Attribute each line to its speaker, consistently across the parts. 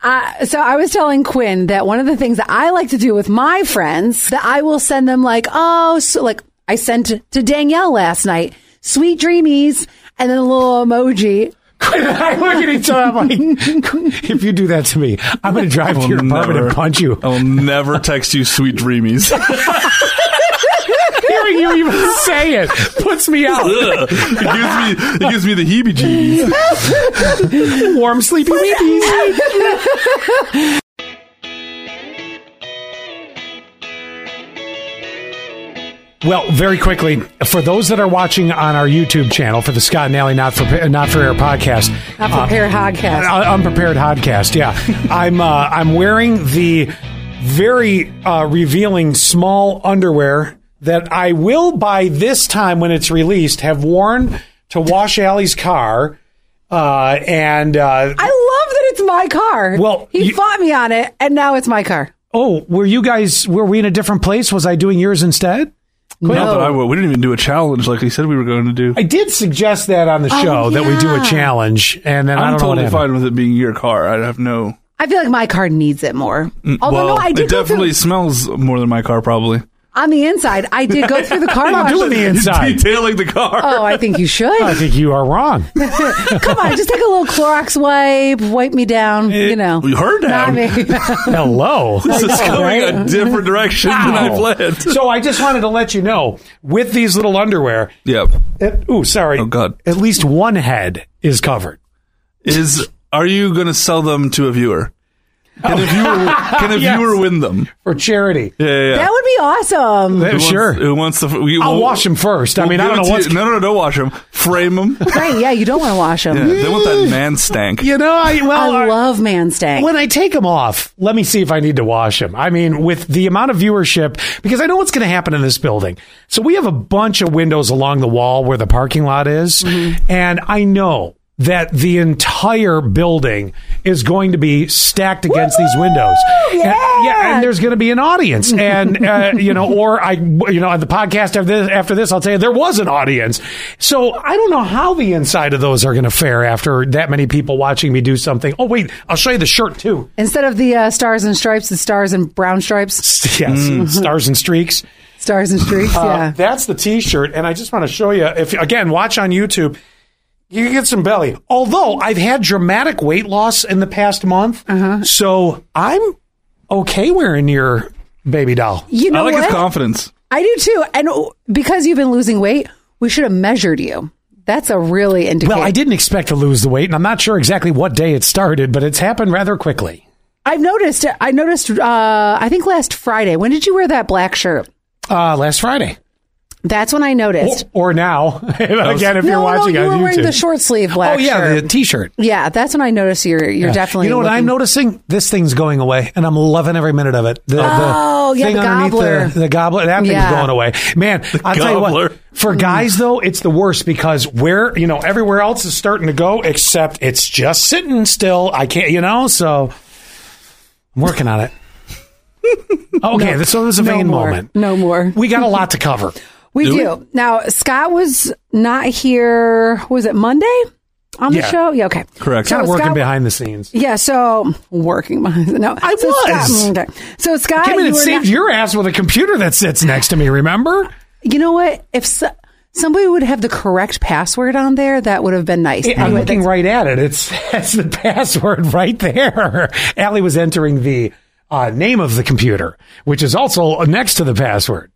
Speaker 1: Uh, so I was telling Quinn that one of the things that I like to do with my friends that I will send them like, oh, so like I sent to Danielle last night, sweet dreamies, and then a little emoji.
Speaker 2: I look at each other. I'm like, if you do that to me, I'm going to drive to your apartment and punch you.
Speaker 3: I'll never text you sweet dreamies.
Speaker 2: Hearing you even say it puts me out.
Speaker 3: Ugh. it gives me it gives me the heebie-jeebies.
Speaker 2: Warm, sleepy weepies. Well, very quickly, for those that are watching on our YouTube channel for the Scott and Allie Not for Not for Air podcast,
Speaker 1: Not prepared podcast.
Speaker 2: Un- unprepared podcast. Yeah, I'm uh, I'm wearing the very uh, revealing small underwear that I will by this time when it's released have worn to wash Allie's car, uh, and uh,
Speaker 1: I love that it's my car.
Speaker 2: Well,
Speaker 1: he
Speaker 2: you-
Speaker 1: fought me on it, and now it's my car.
Speaker 2: oh, were you guys were we in a different place? Was I doing yours instead?
Speaker 3: Not that
Speaker 1: No.
Speaker 3: I would. We didn't even do a challenge like we said we were going to do.
Speaker 2: I did suggest that on the show that we do a
Speaker 1: yeah.
Speaker 2: challenge, and then I
Speaker 3: I'm
Speaker 2: don't know
Speaker 3: totally
Speaker 2: what happened.
Speaker 3: fine with it being your car. I have no.
Speaker 1: I feel like my car needs it more. Although
Speaker 3: Mm, well,
Speaker 1: no, I did
Speaker 3: it
Speaker 1: go
Speaker 3: definitely
Speaker 1: through,
Speaker 3: smells more than my car probably.
Speaker 1: on the inside. I did go through the car
Speaker 2: I'm not
Speaker 1: wash.
Speaker 2: doing the inside.
Speaker 3: Detailing the car.
Speaker 1: Oh, I think you
Speaker 2: I
Speaker 1: should.
Speaker 2: think you are wrong.
Speaker 1: Come on, just take a little Clorox wipe, wipe me down. you know,
Speaker 3: Her
Speaker 1: Uh, Not
Speaker 3: down.
Speaker 1: me.
Speaker 2: Hello.
Speaker 3: This is going
Speaker 1: right?
Speaker 3: a different direction than I planned.
Speaker 2: so I just wanted to let you know with these little underwear.
Speaker 3: Yep.
Speaker 2: It, ooh, sorry.
Speaker 3: Oh, God.
Speaker 2: At least one head is covered.
Speaker 3: Is are you going to sell them to a viewer? Can a viewer can a
Speaker 2: Oh. Yes.
Speaker 3: viewer win them?
Speaker 2: For charity.
Speaker 3: Yeah, yeah. yeah.
Speaker 1: that would be awesome.
Speaker 3: Who wants-
Speaker 2: sure.
Speaker 3: Who wants the? We,
Speaker 2: I'll
Speaker 3: we'll-
Speaker 2: wash them first. I mean, I
Speaker 3: give
Speaker 2: don't
Speaker 3: it
Speaker 2: know
Speaker 3: to
Speaker 2: what's.
Speaker 3: you. No, no, no, don't wash them. Frame them.
Speaker 1: Right? Yeah, you don't want to wash them.
Speaker 3: Yeah, they want that man stank.
Speaker 2: You know, I, well,
Speaker 1: I
Speaker 2: I-
Speaker 1: love man stank.
Speaker 2: when I take them off, let me see if I need to wash them. I mean, with the amount of viewership, because I know what's going to happen in this building. So we have a bunch of windows along the wall where the parking lot is. And I know that the entire building is going to be stacked against these windows. Yeah. And, yeah. And there's going to be an audience. And, uh, you know, or I, you know, on the podcast after this, after this, I'll tell you there was an audience. So I don't know how the inside of those are going to fare after that many people watching me do something. Oh, wait, I'll show you the shirt too.
Speaker 1: Instead of the uh, stars and stripes, the stars and brown stripes,
Speaker 2: Yes, stars and streaks.
Speaker 1: stars and streaks.
Speaker 2: Uh,
Speaker 1: yeah.
Speaker 2: that's the T-shirt, and I just want to show you. If again, watch on YouTube, you can get some belly. Although I've had dramatic weight loss in the past month, so I'm okay wearing your baby doll.
Speaker 1: You know
Speaker 3: I like
Speaker 1: what?
Speaker 3: his confidence.
Speaker 1: I do too. And oh, because you've been losing weight, we should have measured you. That's a really indicator.
Speaker 2: Well, I didn't expect to lose the weight, and I'm not sure exactly what day it started, but it's happened rather quickly.
Speaker 1: I've noticed. I noticed. Uh, I think last Friday. When did you wear that black shirt?
Speaker 2: Uh, last Friday,
Speaker 1: That's when I
Speaker 2: or,
Speaker 1: noticed.
Speaker 2: or now again if
Speaker 1: no,
Speaker 2: you're watching
Speaker 1: no, you were
Speaker 2: on YouTube.
Speaker 1: wearing the short sleeve black
Speaker 2: oh yeah,
Speaker 1: shirt.
Speaker 2: the T-shirt.
Speaker 1: yeah, that's when I noticed you're you're definitely.
Speaker 2: You know what I'm
Speaker 1: looking-
Speaker 2: noticing? This thing's going away, and I'm loving every minute of it. The, the
Speaker 1: Oh, yeah,
Speaker 2: thing
Speaker 1: the
Speaker 2: underneath
Speaker 1: gobbler.
Speaker 2: The, the gobbler. That
Speaker 1: Yeah. Mm.
Speaker 2: thing's going away, man. I'll tell you
Speaker 3: gobbler.
Speaker 2: what. For guys though, it's the worst because where you know everywhere else is starting to go, except it's just sitting still. I can't, you know. So I'm working on it. Okay, so this is a
Speaker 1: no
Speaker 2: vain
Speaker 1: more.
Speaker 2: moment.
Speaker 1: No more.
Speaker 2: We got a lot to cover.
Speaker 1: We
Speaker 3: Do
Speaker 1: do.
Speaker 3: we?
Speaker 1: Now, Scott was not here, was it Monday on
Speaker 2: Yeah.
Speaker 1: the show? Yeah, okay.
Speaker 3: Correct.
Speaker 1: So
Speaker 2: Kind of working
Speaker 1: Scott-
Speaker 2: behind the scenes.
Speaker 1: Yeah, so working behind. No, I so
Speaker 2: was.
Speaker 1: Scott, Mm, okay. So, Scott,
Speaker 2: Came in
Speaker 1: you,
Speaker 2: and
Speaker 1: were
Speaker 2: saved
Speaker 1: not-
Speaker 2: your ass with a computer that sits next to me. Remember?
Speaker 1: you know what? If so, somebody would have the correct password on there, that would have been nice.
Speaker 2: Yeah, I'm
Speaker 1: Anyway,
Speaker 2: looking
Speaker 1: that's-
Speaker 2: right at it. It says the password right there. Allie was entering the uh, name of the computer, which is also next to the password.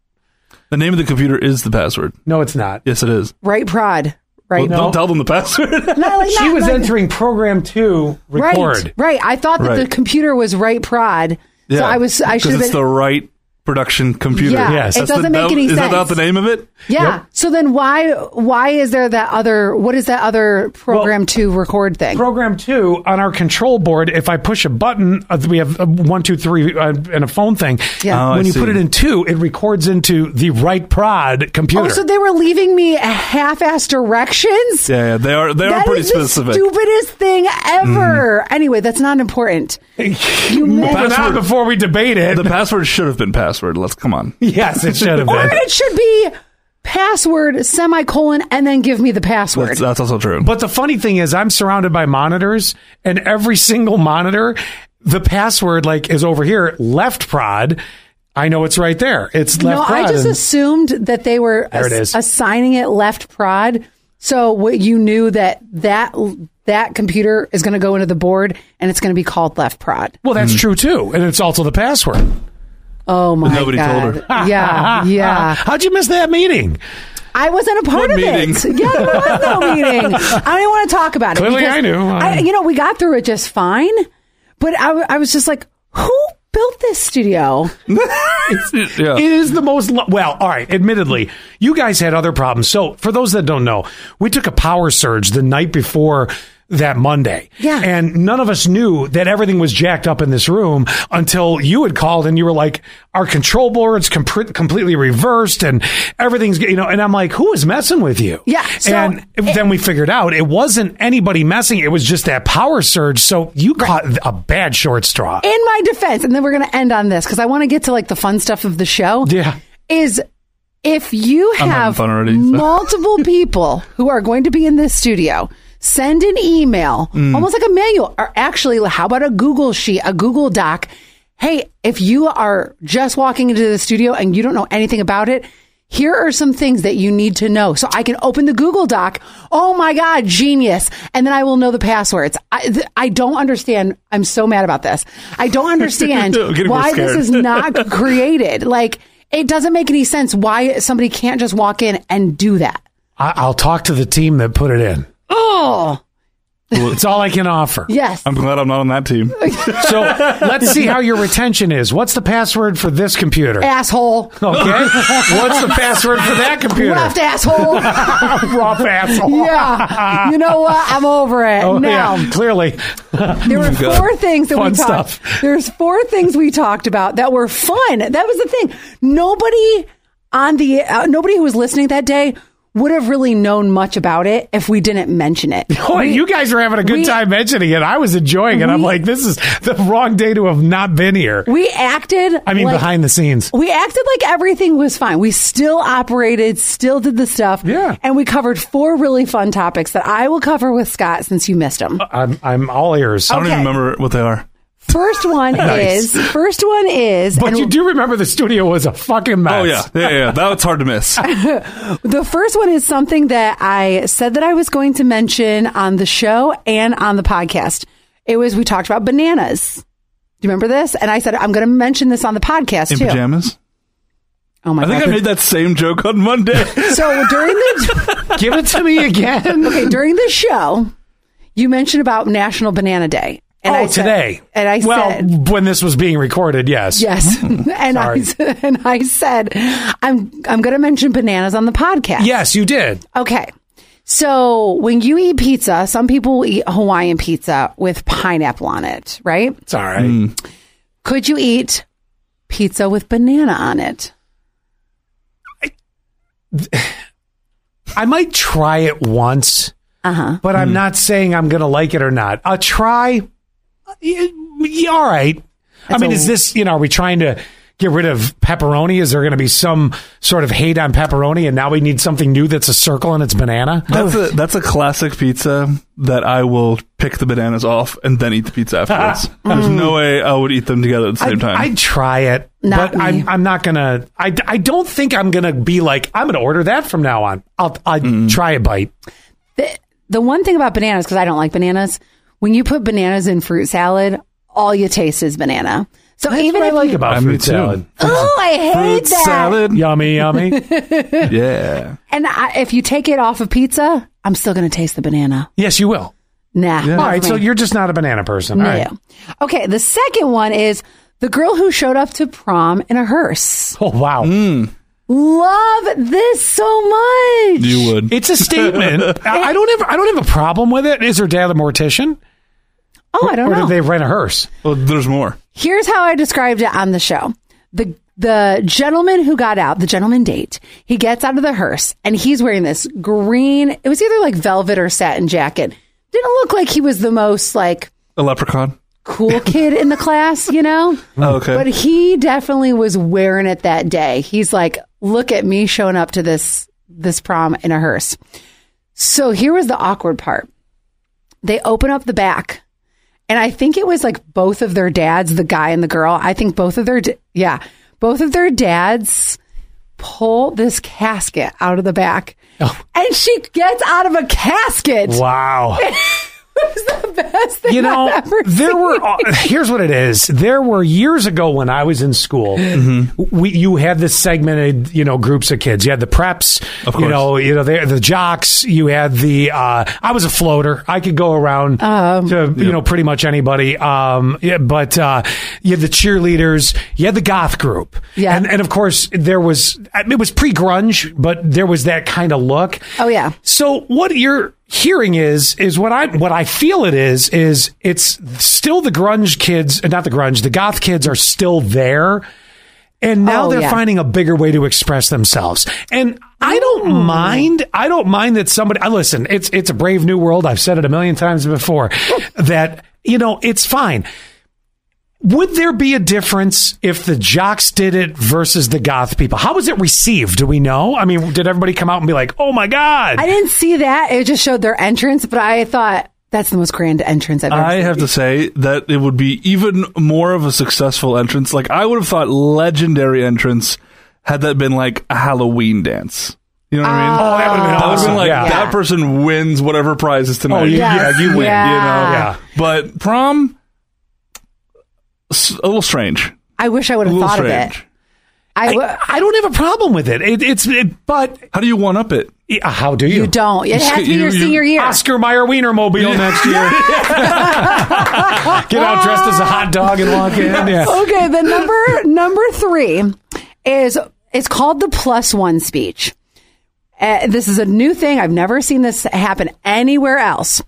Speaker 3: The name of the computer is the password.
Speaker 2: No, it's not.
Speaker 3: Yes, it is.
Speaker 1: right prod. Right.
Speaker 3: Don't tell them the password.
Speaker 1: Not like-
Speaker 2: She
Speaker 1: not
Speaker 2: was
Speaker 1: like-
Speaker 2: entering program two
Speaker 1: Right,
Speaker 2: record.
Speaker 1: right. I thought that the
Speaker 3: Right.
Speaker 1: computer was right prod. So I was. I should
Speaker 3: because
Speaker 1: have
Speaker 3: it's
Speaker 1: been.
Speaker 3: the right production computer.
Speaker 1: Yeah,
Speaker 2: Yes.
Speaker 1: it
Speaker 2: That's
Speaker 3: That's
Speaker 1: doesn't
Speaker 3: the-
Speaker 1: make
Speaker 3: that-
Speaker 1: any
Speaker 3: is
Speaker 1: sense.
Speaker 3: that not the name of it?
Speaker 1: Yeah. So then why why is there that other what is that other program to record thing?
Speaker 2: Program two on our control board. If I push a button, uh, we have uh, one, two, three, uh, and a phone thing.
Speaker 1: Yeah. Oh,
Speaker 3: I
Speaker 2: when you
Speaker 3: see.
Speaker 2: put it in two, it records into the right prod computer.
Speaker 1: oh, so they were leaving me half-ass directions.
Speaker 3: Yeah, yeah, they are. They are
Speaker 1: That
Speaker 3: pretty
Speaker 1: is the
Speaker 3: specific. Mm-hmm.
Speaker 1: stupidest thing ever. Anyway, that's not important. You
Speaker 2: But
Speaker 1: missed.
Speaker 2: not
Speaker 3: Password.
Speaker 2: before we debate it.
Speaker 3: the password should have been password. Let's come on.
Speaker 2: yes, it should have
Speaker 1: Or
Speaker 2: been.
Speaker 1: it should be password semicolon and then give me the password.
Speaker 3: That's, that's also true.
Speaker 2: But the funny thing is, I'm surrounded by monitors, and every single monitor the password like is over here, left prod. I know it's right there. It's left
Speaker 1: No,
Speaker 2: prod.
Speaker 1: I just
Speaker 2: and-
Speaker 1: assumed that they were
Speaker 2: There it
Speaker 1: ass-
Speaker 2: is.
Speaker 1: assigning it left prod. So what you knew that that that computer is going to go into the board and it's going to be called left prod.
Speaker 2: well, that's true too, and it's also the password.
Speaker 1: Oh my
Speaker 3: nobody
Speaker 1: god!
Speaker 3: told
Speaker 1: her. Yeah, yeah.
Speaker 2: How'd you miss that meeting?
Speaker 1: I wasn't a part
Speaker 3: What
Speaker 1: of
Speaker 3: meeting?
Speaker 1: it. Yeah, there was no meeting. I didn't want to talk about it.
Speaker 2: Clearly
Speaker 1: because
Speaker 2: I knew.
Speaker 1: you know, we got through it just fine, but I, w- I was just like, who built this studio?
Speaker 3: yeah.
Speaker 2: It is the most lo- well. All right, admittedly, you guys had other problems. So, for those that don't know, we took a power surge the night before that Monday.
Speaker 1: Yeah.
Speaker 2: and none of us knew that everything was jacked up in this room until you had called and you were like, "Our control board's com- completely reversed and everything's you know." And I'm like, "Who is messing with you?"
Speaker 1: Yeah, so-
Speaker 2: and then we figured out it wasn't anybody messing; it was just that power surge. So you caught a bad short straw.
Speaker 1: in my defense, and then we're going to end on this because I want to get to like the fun stuff of the show.
Speaker 2: Yeah.
Speaker 1: Is if you
Speaker 3: having
Speaker 1: have
Speaker 3: fun already, so.
Speaker 1: multiple people who are going to be in this studio, send an email,
Speaker 3: Mm.
Speaker 1: almost like a manual, or actually, how about a Google sheet, a Google Doc? Hey, if you are just walking into the studio and you don't know anything about it, here are some things that you need to know. So I can open the Google Doc. Oh my God, genius. And then I will know the passwords. I, th- I don't understand. I'm so mad about this. I don't understand
Speaker 3: I'm getting
Speaker 1: why
Speaker 3: more
Speaker 1: this
Speaker 3: scared.
Speaker 1: is not created. Like, it doesn't make any sense why somebody can't just walk in and do that.
Speaker 2: I- I'll talk to the team that put it in.
Speaker 1: Oh,
Speaker 2: It's all I can offer.
Speaker 1: yes.
Speaker 3: I'm glad I'm not on that team.
Speaker 2: So let's see how your retention is. What's the password for this computer? Okay.
Speaker 1: asshole.
Speaker 2: Oh, What's the password for that computer?
Speaker 1: Left asshole.
Speaker 2: Rough asshole.
Speaker 1: yeah. You know what? I'm over it.
Speaker 2: Oh,
Speaker 1: now,
Speaker 2: yeah, clearly.
Speaker 1: there were
Speaker 3: God.
Speaker 1: four things that
Speaker 2: Fun
Speaker 1: we talked.
Speaker 2: stuff.
Speaker 1: There's four things we talked about that were fun. That was the thing. Nobody on the uh, nobody who was listening that day would have really known much about it if we didn't mention it.
Speaker 2: Boy, you guys are having a good
Speaker 1: we-
Speaker 2: time mentioning it. I was enjoying it. I'm
Speaker 1: We-
Speaker 2: like, this is the wrong day to have not been here.
Speaker 1: We acted.
Speaker 2: I mean,
Speaker 1: like-
Speaker 2: behind the scenes.
Speaker 1: We acted like everything was fine. We still operated, still did the stuff.
Speaker 2: Yeah.
Speaker 1: And we covered four really fun topics that I will cover with Scott since you missed
Speaker 3: Uh,
Speaker 1: them.
Speaker 2: I'm, I'm all ears.
Speaker 3: I don't even
Speaker 1: Okay.
Speaker 3: remember what they are.
Speaker 1: First one is, first one is,
Speaker 2: But
Speaker 1: and
Speaker 2: you do remember the studio was a fucking mess.
Speaker 3: Oh yeah, yeah, yeah. That's hard to miss.
Speaker 1: the first one is something that I said that I was going to mention on the show and on the podcast. It was, we talked about bananas. Do you remember this? And I said, I'm going to mention this on the podcast
Speaker 3: In
Speaker 1: too.
Speaker 3: pajamas.
Speaker 1: Oh my
Speaker 3: I think
Speaker 1: God.
Speaker 3: I made that same joke on Monday.
Speaker 1: so during the,
Speaker 2: Give it to me again.
Speaker 1: Okay, during the show, you mentioned about National Banana Day.
Speaker 2: oh,
Speaker 1: said-
Speaker 2: today.
Speaker 1: and I
Speaker 2: well,
Speaker 1: said,
Speaker 2: when this was being recorded, yes.
Speaker 1: yes. and, I,
Speaker 2: Sorry.
Speaker 1: s- and I said, I'm, I'm going to mention bananas on the podcast.
Speaker 2: Yes, you did.
Speaker 1: Okay. So when you eat pizza, some people will eat Hawaiian pizza with pineapple on it, right?
Speaker 2: It's all right.
Speaker 1: Could you eat pizza with banana on it?
Speaker 2: I might try it once, uh-huh. but I'm not saying I'm going to like it or not. I'll try. uh, y- y- all right. I mean,
Speaker 1: a-
Speaker 2: is this, you know, are we trying to get rid of pepperoni? Is there going to be some sort of hate on pepperoni and now we need something new that's a circle and it's banana?
Speaker 3: That's a that's a classic pizza that I will pick the bananas off and then eat the pizza afterwards.
Speaker 2: Mm.
Speaker 3: There's no way I would eat them together at the same
Speaker 2: I'd,
Speaker 3: time.
Speaker 2: I'd try it,
Speaker 1: Not
Speaker 2: but
Speaker 1: me.
Speaker 2: I'm, I'm not gonna. I, I don't think I'm gonna be like I'm gonna order that from now on. I'll I will try a bite.
Speaker 1: The, the one thing about bananas, because I don't like bananas, when you put bananas in fruit salad, all you taste is banana. So even
Speaker 2: What I
Speaker 1: if
Speaker 2: like
Speaker 1: you,
Speaker 2: about
Speaker 3: I- me
Speaker 2: fruit
Speaker 3: too.
Speaker 2: salad.
Speaker 1: Oh, I hate
Speaker 3: Fruit
Speaker 1: that.
Speaker 3: salad.
Speaker 2: Yummy, yummy.
Speaker 3: Yeah.
Speaker 1: And I, if you take it off of pizza, I'm still going to taste the banana.
Speaker 2: yes, you will.
Speaker 1: Nah.
Speaker 2: All right, so you're just not a banana person. All right.
Speaker 1: Okay. The second one is the girl who showed up to prom in a hearse.
Speaker 2: Oh wow.
Speaker 1: Love this so much.
Speaker 3: You would.
Speaker 2: It's a statement. I I don't have I don't have a problem with it. Is her dad a mortician,
Speaker 1: oh, I don't
Speaker 2: or
Speaker 1: know.
Speaker 2: did they rent a hearse?
Speaker 3: well, there's more.
Speaker 1: Here's how I described it on the show. The the gentleman who got out, the gentleman date, he gets out of the hearse and he's wearing this green, it was either like velvet or satin jacket. Didn't look like he was the most like
Speaker 3: A leprechaun.
Speaker 1: cool kid in the class, you know?
Speaker 2: Mm.
Speaker 3: Oh, okay.
Speaker 1: But he definitely was wearing it that day. He's like, look at me showing up to this this prom in a hearse. So here was the awkward part. They open up the back and I think it was like both of their dads, the guy and the girl. I think both of their d- yeah, both of their dads pull this casket out of the back,
Speaker 2: Oh.
Speaker 1: and she gets out of a casket.
Speaker 2: Wow.
Speaker 1: It was the best thing
Speaker 2: you know,
Speaker 1: I've ever
Speaker 2: there
Speaker 1: seen.
Speaker 2: were. uh, Here's what it is. There were years ago when I was in school.
Speaker 3: Mm-hmm.
Speaker 2: We you had this segmented, you know, groups of kids. You had the preps,
Speaker 3: Of
Speaker 2: you
Speaker 3: course.
Speaker 2: know, you know, the, the jocks. You had the. Uh, I was a floater. I could go around
Speaker 1: Um,
Speaker 2: to you know pretty much anybody. Um, yeah, but uh, you had the cheerleaders. You had the goth group.
Speaker 1: Yeah.
Speaker 2: and and of course there was. It was pre grunge, but there was that kind of look.
Speaker 1: Oh, yeah.
Speaker 2: So what you're hearing is is what I what I feel it is is it's still the grunge kids, uh, not the grunge, the goth kids are still there. And now
Speaker 1: Oh,
Speaker 2: they're
Speaker 1: yeah.
Speaker 2: finding a bigger way to express themselves. And I don't
Speaker 1: Hmm.
Speaker 2: mind. I don't mind that somebody. I listen. It's it's a brave new world. I've said it a million times before. that you know it's fine. Would there be a difference if the jocks did it versus the goth people? How was it received? Do we know? I mean, did everybody come out and be like, "Oh my god"?
Speaker 1: I didn't see that. It just showed their entrance, but I thought that's the most grand entrance I've ever
Speaker 3: I
Speaker 1: seen.
Speaker 3: have to say that it would be even more of a successful entrance. Like I would have thought legendary entrance had that been like a Halloween dance. You know what I mean?
Speaker 2: Oh, that would have been
Speaker 3: That would have
Speaker 2: awesome.
Speaker 3: been like
Speaker 2: yeah.
Speaker 3: that person wins whatever prize is tonight.
Speaker 2: Oh, yeah,
Speaker 1: Yes.
Speaker 2: yeah, you win.
Speaker 1: Yeah.
Speaker 3: You know,
Speaker 2: Yeah.
Speaker 3: But prom, s- a little strange.
Speaker 1: I wish I would
Speaker 3: A
Speaker 1: have
Speaker 3: little
Speaker 1: thought of
Speaker 3: strange.
Speaker 1: it. I w-
Speaker 2: I, I don't have a problem with it. it it's it, but
Speaker 3: How do you one up it?
Speaker 2: yeah, how do you?
Speaker 1: you don't. It has to be
Speaker 3: You-
Speaker 1: your
Speaker 3: you-
Speaker 1: senior year.
Speaker 2: Oscar Mayer Wienermobile next year. Get out dressed as a hot dog and walk in. Yeah.
Speaker 1: Okay, the number number three is it's called the plus one speech. Uh, this is a new thing. I've never seen this happen anywhere else.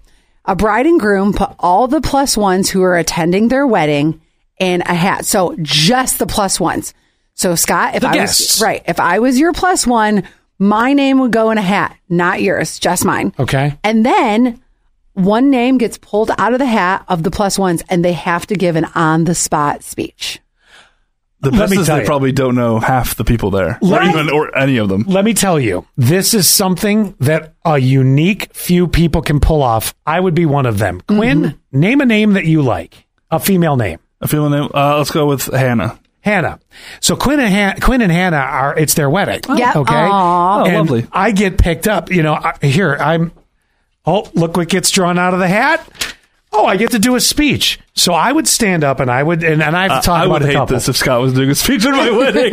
Speaker 1: A bride and groom put all the plus ones who are attending their wedding in a hat. So just the plus ones. So Scott, if I
Speaker 2: guests.
Speaker 1: was right, if I was your plus one, my name would go in a hat, not yours, just mine.
Speaker 2: Okay.
Speaker 1: And then one name gets pulled out of the hat of the plus ones, and they have to give an on the spot speech.
Speaker 3: The
Speaker 2: Let
Speaker 3: best
Speaker 2: me
Speaker 3: is
Speaker 2: tell
Speaker 3: they
Speaker 2: you.
Speaker 3: probably don't know half the people there, or
Speaker 2: Right.
Speaker 3: even or any of them.
Speaker 2: Let me tell you, this is something that a unique few people can pull off. I would be one of them. Quinn, name a name that you like, a female name.
Speaker 3: I feel the name. Uh, let's go with Hannah.
Speaker 2: Hannah. So Quinn and Han- Quinn and Hannah are it's their wedding.
Speaker 1: Yep.
Speaker 2: Okay.
Speaker 1: Aw.
Speaker 3: Oh,
Speaker 2: And
Speaker 3: lovely.
Speaker 2: I get picked up. You know, I, here I'm. Oh, look what gets drawn out of the hat. Oh, I get to do a speech. So I would stand up and I would and, and I have to talk
Speaker 3: Uh, I
Speaker 2: about
Speaker 3: would
Speaker 2: the
Speaker 3: hate
Speaker 2: couple.
Speaker 3: this if Scott was doing a speech at my wedding.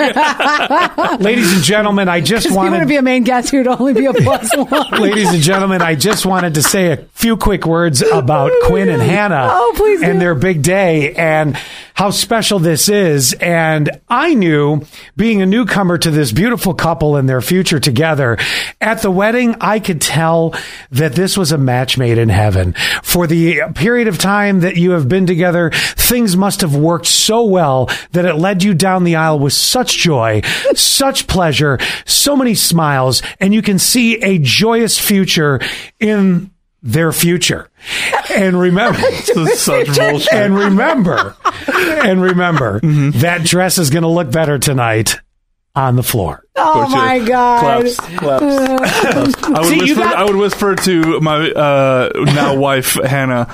Speaker 2: Ladies and gentlemen, I just
Speaker 1: If you want
Speaker 2: wanted
Speaker 1: to be a main guest, you'd only be a plus one.
Speaker 2: Ladies and gentlemen, I just wanted to say a few quick words about Quinn and Hannah
Speaker 1: Oh, please do.
Speaker 2: and their big day and how special this is. And I knew being a newcomer to this beautiful couple and their future together at the wedding, I could tell that this was a match made in heaven. For the period of time that you have been together, things must have worked so well that it led you down the aisle with such joy, such pleasure, so many smiles, and you can see a joyous future in their future. And remember,
Speaker 3: this is such bullshit.
Speaker 2: and remember, and remember
Speaker 3: Mm-hmm.
Speaker 2: that dress is going to look better tonight on the floor.
Speaker 1: Oh my God.
Speaker 3: Claps, claps, claps. I would,
Speaker 2: See, you
Speaker 3: whisper,
Speaker 2: got-
Speaker 3: I would whisper to my uh, now wife Hannah.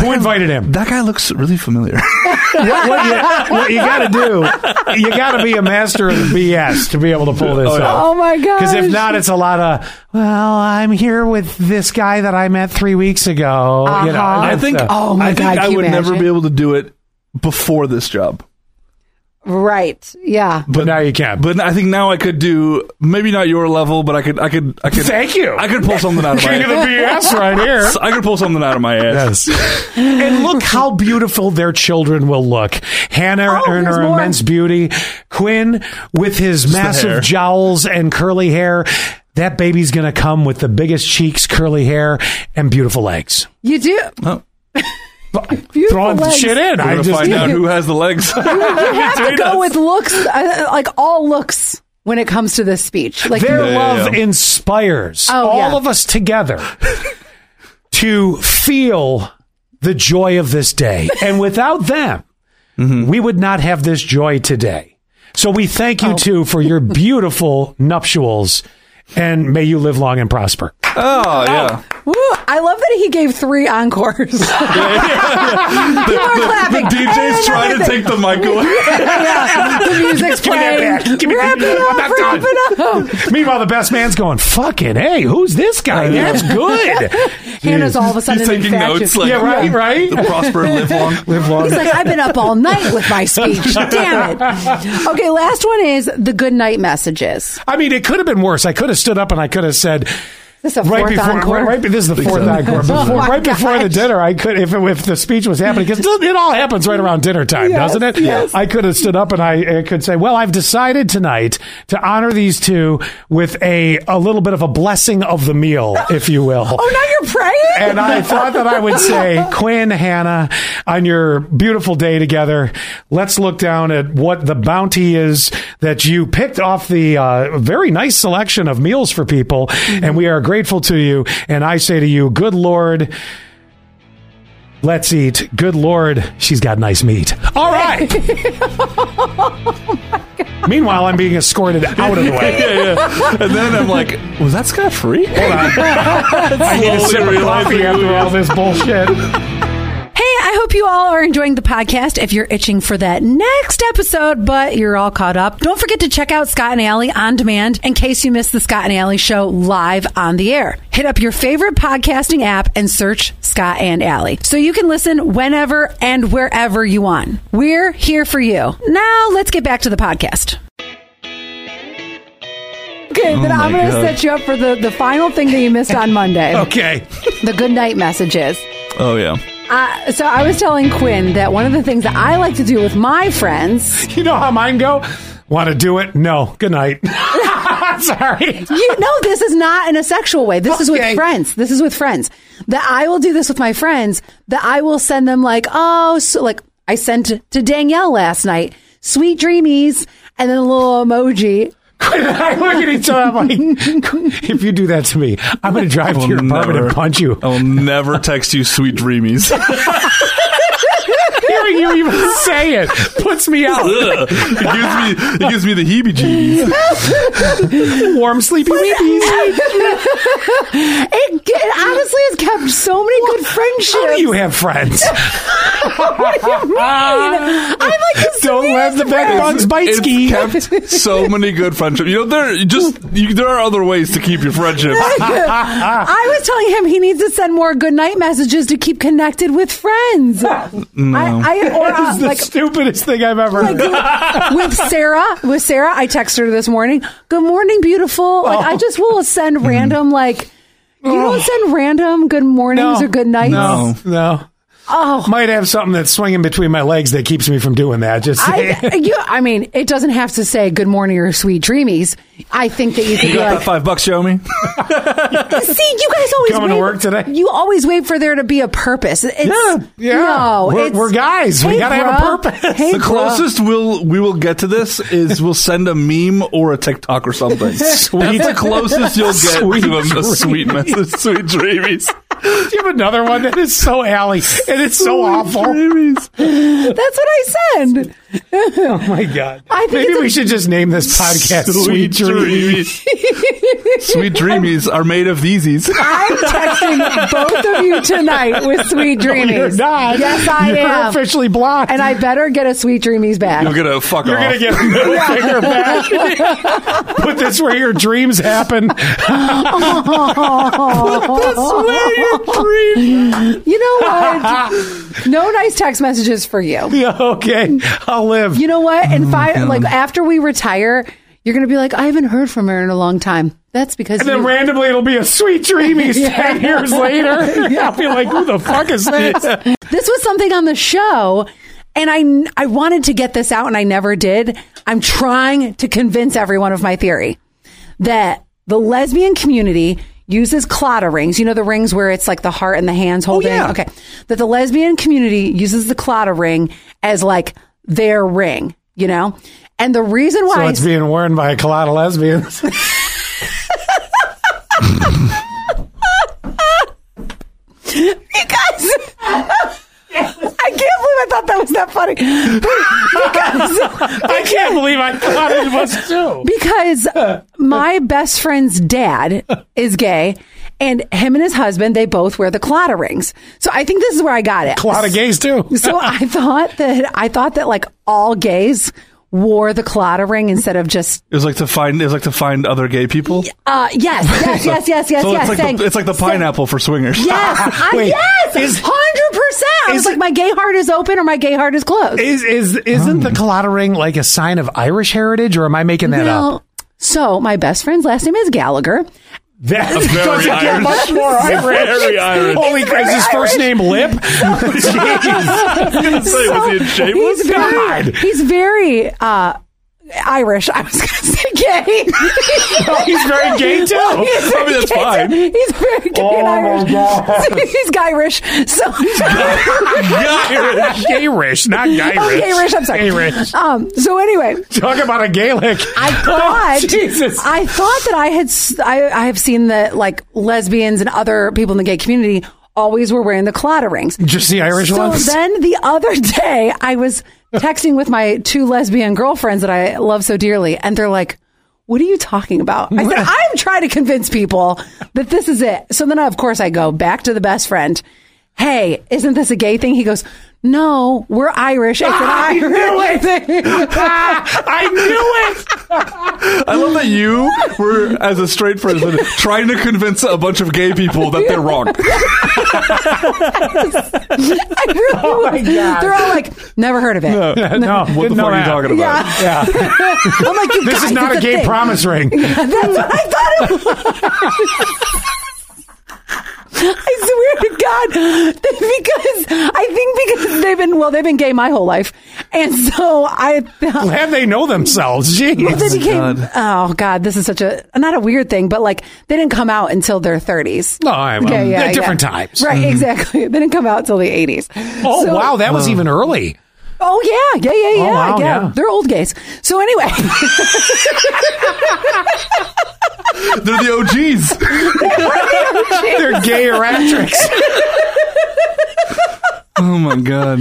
Speaker 2: Who invited him?
Speaker 3: That guy looks really familiar.
Speaker 2: what, what you, got to do, you got to be a master of BS to be able to pull this
Speaker 3: Oh, yeah.
Speaker 2: off.
Speaker 1: Oh my God.
Speaker 2: Because if not, it's a lot of, well, I'm here with this guy that I met three weeks ago. You
Speaker 1: Uh-huh.
Speaker 2: know,
Speaker 3: I
Speaker 2: that's,
Speaker 3: think.
Speaker 2: uh,
Speaker 1: Oh my
Speaker 3: I think
Speaker 1: God, can
Speaker 3: I
Speaker 1: you
Speaker 3: would never
Speaker 1: imagine?
Speaker 3: be able to do it before this job.
Speaker 1: Right. Yeah.
Speaker 2: but now you can.
Speaker 3: But I think now I could do maybe not your level, but I could. I could. I could.
Speaker 2: Thank you.
Speaker 3: I could pull something out of my.
Speaker 2: King of the BS right here.
Speaker 3: ass. I could pull something out of my ass.
Speaker 2: Yes. and look how beautiful their children will look. Hannah
Speaker 1: Oh,
Speaker 2: in
Speaker 1: there's
Speaker 2: her
Speaker 1: more.
Speaker 2: immense beauty. Quinn with his
Speaker 3: hair.
Speaker 2: massive jowls and curly hair. That baby's going to come with the biggest cheeks, curly hair, and beautiful legs.
Speaker 1: You do.
Speaker 3: Oh,
Speaker 1: Beautiful
Speaker 2: Throwing
Speaker 1: legs.
Speaker 2: shit in.
Speaker 3: we're
Speaker 2: I
Speaker 3: gonna
Speaker 2: just
Speaker 3: find out who has the legs. Oh,
Speaker 1: You have to go with looks, uh, like all looks when it comes to this speech. Like,
Speaker 2: Their
Speaker 3: Yeah, yeah,
Speaker 2: love
Speaker 3: yeah.
Speaker 2: inspires
Speaker 1: Oh,
Speaker 2: all
Speaker 1: yeah.
Speaker 2: of us together to feel the joy of this day. And without them, we would not have this joy today. So we
Speaker 1: Oh.
Speaker 2: thank you too for your beautiful nuptials and may you live long and prosper.
Speaker 3: Oh yeah.
Speaker 1: Woo, I love that he gave three encores. People are
Speaker 3: The
Speaker 1: clapping.
Speaker 3: DJ's trying to take the mic away.
Speaker 1: the music's
Speaker 2: Give me that
Speaker 1: playing.
Speaker 2: back. Give me that
Speaker 1: Wrap it
Speaker 2: back.
Speaker 1: up,
Speaker 2: That's
Speaker 1: wrap
Speaker 2: done.
Speaker 1: it up.
Speaker 2: Meanwhile, the best man's going, fucking, hey, who's this guy? That's good.
Speaker 1: Hannah's all of a sudden
Speaker 3: He's
Speaker 1: in
Speaker 3: taking
Speaker 1: infatuation.
Speaker 3: notes. Like,
Speaker 2: Yeah, right, right.
Speaker 3: The prosper and live long.
Speaker 2: Live long.
Speaker 1: He's like, I've been up all night with my speech. Damn it. Okay, last one is the good night messages.
Speaker 2: I mean, it could have been worse. I could have stood up and I could have said,
Speaker 1: This is a
Speaker 2: right
Speaker 1: fourth
Speaker 2: before,
Speaker 1: encore.
Speaker 2: Right, right, this is the fourth
Speaker 3: so.
Speaker 2: encore. Before,
Speaker 1: Oh my
Speaker 2: right before the
Speaker 1: gosh.
Speaker 2: dinner, I could if if the speech was happening because it all happens right around dinner time,
Speaker 1: Yes,
Speaker 2: doesn't it?
Speaker 1: yes.
Speaker 2: I could have stood up and I, I could say, "Well, I've decided tonight to honor these two with a a little bit of a blessing of the meal, if you will."
Speaker 1: Oh, now you're praying?
Speaker 2: And I thought that I would say, Quinn, Hannah, on your beautiful day together, let's look down at what the bounty is that you picked off the uh, very nice selection of meals for people. And we are grateful to you. And I say to you, good Lord, let's eat. Good Lord, she's got nice meat. All right. Meanwhile, I'm being escorted out of the way.
Speaker 3: Yeah, yeah. And then I'm like, was that scot free? Hold on.
Speaker 2: I need a
Speaker 3: Slowly
Speaker 2: sip of
Speaker 3: realizing
Speaker 2: coffee after all this bullshit.
Speaker 1: Hey, I hope you all are enjoying the podcast. If you're itching for that next episode, but you're all caught up, don't forget to check out Scott and Allie on demand in case you missed the Scott and Allie show live on the air. Hit up your favorite podcasting app and search Scott and Allie so you can listen whenever and wherever you want. We're here for you. Now let's get back to the podcast. Okay, then
Speaker 3: Oh my
Speaker 1: I'm going to
Speaker 3: God.
Speaker 1: set you up for the, the final thing that you missed on Monday
Speaker 2: Okay.
Speaker 1: the good night messages.
Speaker 3: Oh yeah.
Speaker 1: Uh, so I was telling Quinn that one of the things that I like to do with my friends,
Speaker 2: You know how mine go? Want to do it? No. Good night. Sorry.
Speaker 1: you know, this is not in a sexual way. This is
Speaker 2: Okay.
Speaker 1: with friends. This is with friends. That I will do this with my friends. That I will send them like, oh, so, like I sent to Danielle last night, sweet dreamies, and then a little emoji.
Speaker 2: I look at each other. I'm like, if you do that to me, I'm going to drive to your apartment and punch you.
Speaker 3: I will never text you sweet dreamies.
Speaker 2: Hearing you even say it puts me out.
Speaker 3: Ugh. it gives me it gives me the heebie-jeebies.
Speaker 2: Warm, sleepy weepies.
Speaker 1: It, it honestly has kept so many good friendships.
Speaker 2: How do you have friends?
Speaker 1: I like this
Speaker 2: Don't let the bed bugs bite ski.
Speaker 3: It's kept so many good friendships. You know, there just you, there are other ways to keep your friendships.
Speaker 1: I was telling him he needs to send more good night messages to keep connected with friends. I, I or
Speaker 2: This
Speaker 1: uh,
Speaker 2: is the
Speaker 1: like
Speaker 2: stupidest thing I've ever heard.
Speaker 1: with Sarah, with Sarah, I texted her this morning. Good morning, beautiful. Like
Speaker 2: Oh.
Speaker 1: I just will
Speaker 2: Mm-hmm.
Speaker 1: send random like you don't send random good mornings or good nights.
Speaker 2: No, no.
Speaker 1: Oh.
Speaker 2: Might have something that's swinging between my legs that keeps me from doing that. Just
Speaker 1: I, you, I mean, it doesn't have to say good morning or sweet dreamies. I think that you can be like,
Speaker 3: five bucks, show me.
Speaker 1: see, you guys always
Speaker 2: Coming to
Speaker 1: wait,
Speaker 2: work today?
Speaker 1: You always wait for there to be a purpose. It's,
Speaker 2: yeah.
Speaker 1: No,
Speaker 2: We're-
Speaker 1: it's-
Speaker 2: we're guys. We
Speaker 1: Hey,
Speaker 2: gotta have a
Speaker 1: bruh.
Speaker 2: purpose.
Speaker 1: Hey,
Speaker 3: The
Speaker 1: bruh.
Speaker 3: closest we'll we will get to this is we'll send a meme or a TikTok or something.
Speaker 2: Sweet.
Speaker 3: That's the closest you'll get
Speaker 2: Sweet
Speaker 3: to a, a sweet message, sweet dreamies.
Speaker 2: Do you have another one? That is so alley. It is so awful.
Speaker 3: Dreamies.
Speaker 1: That's what I send.
Speaker 2: Oh my god.
Speaker 1: I think
Speaker 2: Maybe
Speaker 1: it's
Speaker 2: we
Speaker 1: a-
Speaker 2: should just name this podcast Sweet, Dreams.
Speaker 3: dreamies. sweet dreamies are made of these.
Speaker 1: I'm texting both of you tonight with sweet dreamies.
Speaker 2: You're not.
Speaker 1: Yes, I
Speaker 2: You're
Speaker 1: am.
Speaker 2: officially blocked.
Speaker 1: and I better get a sweet dreamies back.
Speaker 3: You'll get a fuck
Speaker 2: You're
Speaker 3: off.
Speaker 2: gonna get middle finger back. Put this where your dreams happen.
Speaker 1: You know what? no nice text messages for you.
Speaker 2: Yeah, okay, I'll live.
Speaker 1: You know what? And five, like after we retire, you're gonna be like, I haven't heard from her in a long time. That's because
Speaker 2: and then
Speaker 1: you-
Speaker 2: randomly it'll be a sweet dreamies
Speaker 1: Yeah.
Speaker 2: ten years later. I'll be like, who the fuck is this?
Speaker 1: this was something on the show. And I, I wanted to get this out and I never did. I'm trying to convince everyone of my theory that the lesbian community uses clotter rings. You know, the rings where it's like the heart and the hands holding.
Speaker 2: Oh, yeah.
Speaker 1: Okay. That the lesbian community uses the clotter ring as like their ring, you know? And the reason why.
Speaker 2: So it's being worn by a lot of lesbians.
Speaker 1: you guys. I can't believe I thought that was that funny. Because-
Speaker 2: I can't believe I thought it was too.
Speaker 1: because my best friend's dad is gay And him and his husband, they both wear the clotta rings. So I think this is where I got it.
Speaker 2: A lot of gays too.
Speaker 1: So I thought that I thought that like all gays wore the clotta ring instead of just
Speaker 3: It was like to find. It was like to find other gay people.
Speaker 1: uh yes, yes, yes, yes, yes,
Speaker 3: so
Speaker 1: yes.
Speaker 3: it's like
Speaker 1: saying-
Speaker 3: the, it's like the pineapple for swingers.
Speaker 1: Yes, I,
Speaker 2: Wait,
Speaker 1: yes,
Speaker 2: is-
Speaker 1: hundred percent. I was
Speaker 2: is-
Speaker 1: like, my gay heart is open or my gay heart is closed.
Speaker 2: Is is isn't
Speaker 3: Um.
Speaker 2: the clottering like a sign of Irish heritage, or am I making that
Speaker 1: Now,
Speaker 2: up?
Speaker 1: so my best friend's last name is Gallagher.
Speaker 2: That
Speaker 3: very
Speaker 2: doesn't get
Speaker 3: Irish.
Speaker 2: much more Irish.
Speaker 3: Very Irish.
Speaker 2: Holy crap! Is his first name Lip?
Speaker 3: I was gonna say, was he in shape?
Speaker 1: he's very,
Speaker 2: God.
Speaker 1: he's very uh, Irish. I was going to say gay.
Speaker 2: He's very gay too.
Speaker 1: He's
Speaker 3: I mean, that's
Speaker 1: gay,
Speaker 3: fine.
Speaker 1: too. He's very gay
Speaker 2: Oh,
Speaker 1: and
Speaker 2: my
Speaker 1: Irish.
Speaker 2: God.
Speaker 1: So he's Irish. So
Speaker 2: Irish, Gairish, not Irish.
Speaker 1: Oh, Irish. I'm sorry.
Speaker 2: Gairish.
Speaker 1: Um, so anyway,
Speaker 2: Talk about a Gaelic.
Speaker 1: I thought
Speaker 2: Oh, Jesus.
Speaker 1: I thought that I had s- I, I have seen that like lesbians and other people in the gay community always were wearing the clotter rings.
Speaker 2: Just the Irish
Speaker 1: So
Speaker 2: ones.
Speaker 1: then the other day, I was texting with my two lesbian girlfriends that I love so dearly, and they're like, what are you talking about? I said, I'm trying to convince people that this is it. So then, of course, I go back to the best friend. Hey, isn't this a gay thing? He goes, No, we're Irish. It's an
Speaker 2: Ah, I
Speaker 1: Irish
Speaker 2: knew it!
Speaker 1: thing.
Speaker 2: Ah, I knew it.
Speaker 3: I love that you were, as a straight person, trying to convince a bunch of gay people that they're wrong.
Speaker 1: I really was.
Speaker 2: Oh my God.
Speaker 1: They're all like, Never heard of it.
Speaker 2: no,
Speaker 3: Uh, What the
Speaker 2: didn't
Speaker 3: fuck
Speaker 2: know
Speaker 3: are you
Speaker 2: that.
Speaker 3: talking about?
Speaker 1: Yeah.
Speaker 2: Yeah,
Speaker 1: I'm like, you
Speaker 2: this
Speaker 1: guys,
Speaker 2: is not
Speaker 1: it's
Speaker 2: a gay
Speaker 1: thing.
Speaker 2: promise ring.
Speaker 1: That's what I thought it was. I swear to God, because I think because they've been well, they've been gay my whole life, and so I.
Speaker 2: Glad they know themselves.
Speaker 1: But they
Speaker 2: Jeez.
Speaker 1: became,
Speaker 3: God.
Speaker 1: oh God, this is such a not a weird thing, but like they didn't come out until their thirties.
Speaker 2: No, I- um, at different times. Mm-hmm.
Speaker 1: right? Exactly, they didn't come out till the eighties.
Speaker 2: Oh wow, that was even early.
Speaker 1: Oh yeah, yeah, yeah, yeah,
Speaker 2: wow,
Speaker 1: yeah.
Speaker 2: yeah.
Speaker 1: They're old gays. So anyway,
Speaker 3: They're the OGs.
Speaker 2: They're gay erratrics.
Speaker 3: Oh my god.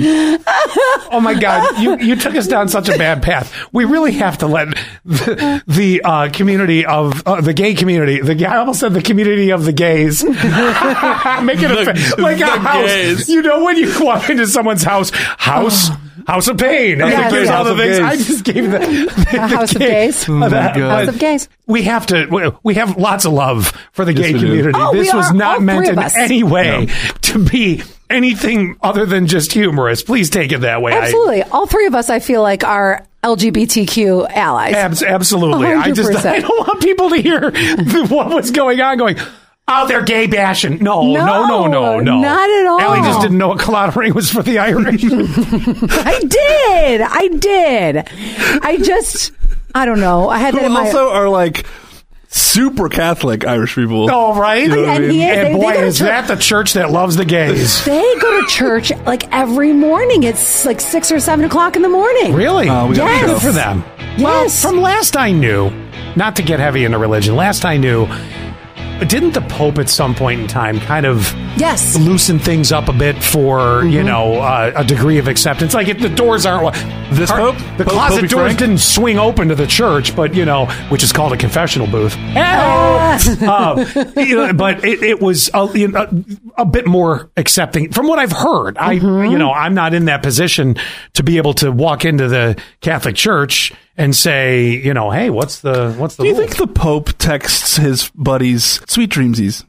Speaker 2: Oh my God, you, you took us down such a bad path. We really have to let the, the uh, community of uh, the gay community, the I almost said the community of the gays, make it a, fa- like a
Speaker 3: the
Speaker 2: house.
Speaker 3: gays.
Speaker 2: You know, when you walk into someone's house, house. House of Pain. I
Speaker 1: Yes.
Speaker 2: think there's
Speaker 1: House
Speaker 2: other
Speaker 3: of
Speaker 2: things.
Speaker 3: gays.
Speaker 2: I just gave the, the, the
Speaker 1: House of Gays. Oh
Speaker 2: uh, the-
Speaker 3: my God.
Speaker 2: uh,
Speaker 1: House of Gays.
Speaker 2: We have to. we- We have lots of love for the gay
Speaker 3: we do.
Speaker 2: community.
Speaker 1: Oh,
Speaker 2: this
Speaker 1: we
Speaker 2: was
Speaker 1: are, all
Speaker 2: not
Speaker 1: three
Speaker 2: meant
Speaker 1: of
Speaker 2: in
Speaker 1: us.
Speaker 2: any way to be anything other than just humorous. Please take it that way. I-
Speaker 1: absolutely, all three of us, I feel like are LGBTQ allies.
Speaker 2: Abs- absolutely. I just
Speaker 1: 100%.
Speaker 2: I don't want people to hear the- what was going on. Going. Oh, they're gay bashing. No, no, no, no,
Speaker 1: No,
Speaker 2: no.
Speaker 1: not at all.
Speaker 2: Ellie just didn't know a cloud ring was for the Irish.
Speaker 1: I did. I did. I just, I don't know. I had that in
Speaker 3: Who
Speaker 1: my.
Speaker 3: also are like super Catholic Irish people.
Speaker 1: Oh.
Speaker 2: all right.
Speaker 3: know what I
Speaker 1: And he mean? is-
Speaker 2: and
Speaker 1: they- they
Speaker 2: boy,
Speaker 1: go to
Speaker 2: is
Speaker 1: church-
Speaker 2: that the church that loves the gays.
Speaker 1: they go to church like every morning. It's like six or seven o'clock in the morning.
Speaker 2: Really?
Speaker 3: Oh, we gotta
Speaker 1: Yes.
Speaker 2: Good for them.
Speaker 1: Yes.
Speaker 2: Well, from last I knew, not to get heavy into religion, last I knew, didn't the Pope at some point in time kind of
Speaker 1: Yes.
Speaker 2: loosen things up a bit for you
Speaker 3: Mm-hmm.
Speaker 2: know uh, a degree of acceptance. Like if the doors aren't
Speaker 3: This
Speaker 2: are-
Speaker 3: Pope?
Speaker 2: the
Speaker 3: Pope-
Speaker 2: closet
Speaker 3: Popey
Speaker 2: doors
Speaker 3: Frank?
Speaker 2: didn't swing open to the church, but you know, which is called a confessional booth. Uh, you know, but it, it was a, you know, a bit more accepting from what I've heard. I
Speaker 3: Mm-hmm.
Speaker 2: you know I'm not in that position to be able to walk into the Catholic Church and say you know hey what's the what's the
Speaker 3: Do you
Speaker 2: rule?
Speaker 3: think the Pope texts his buddies sweet dreamsies?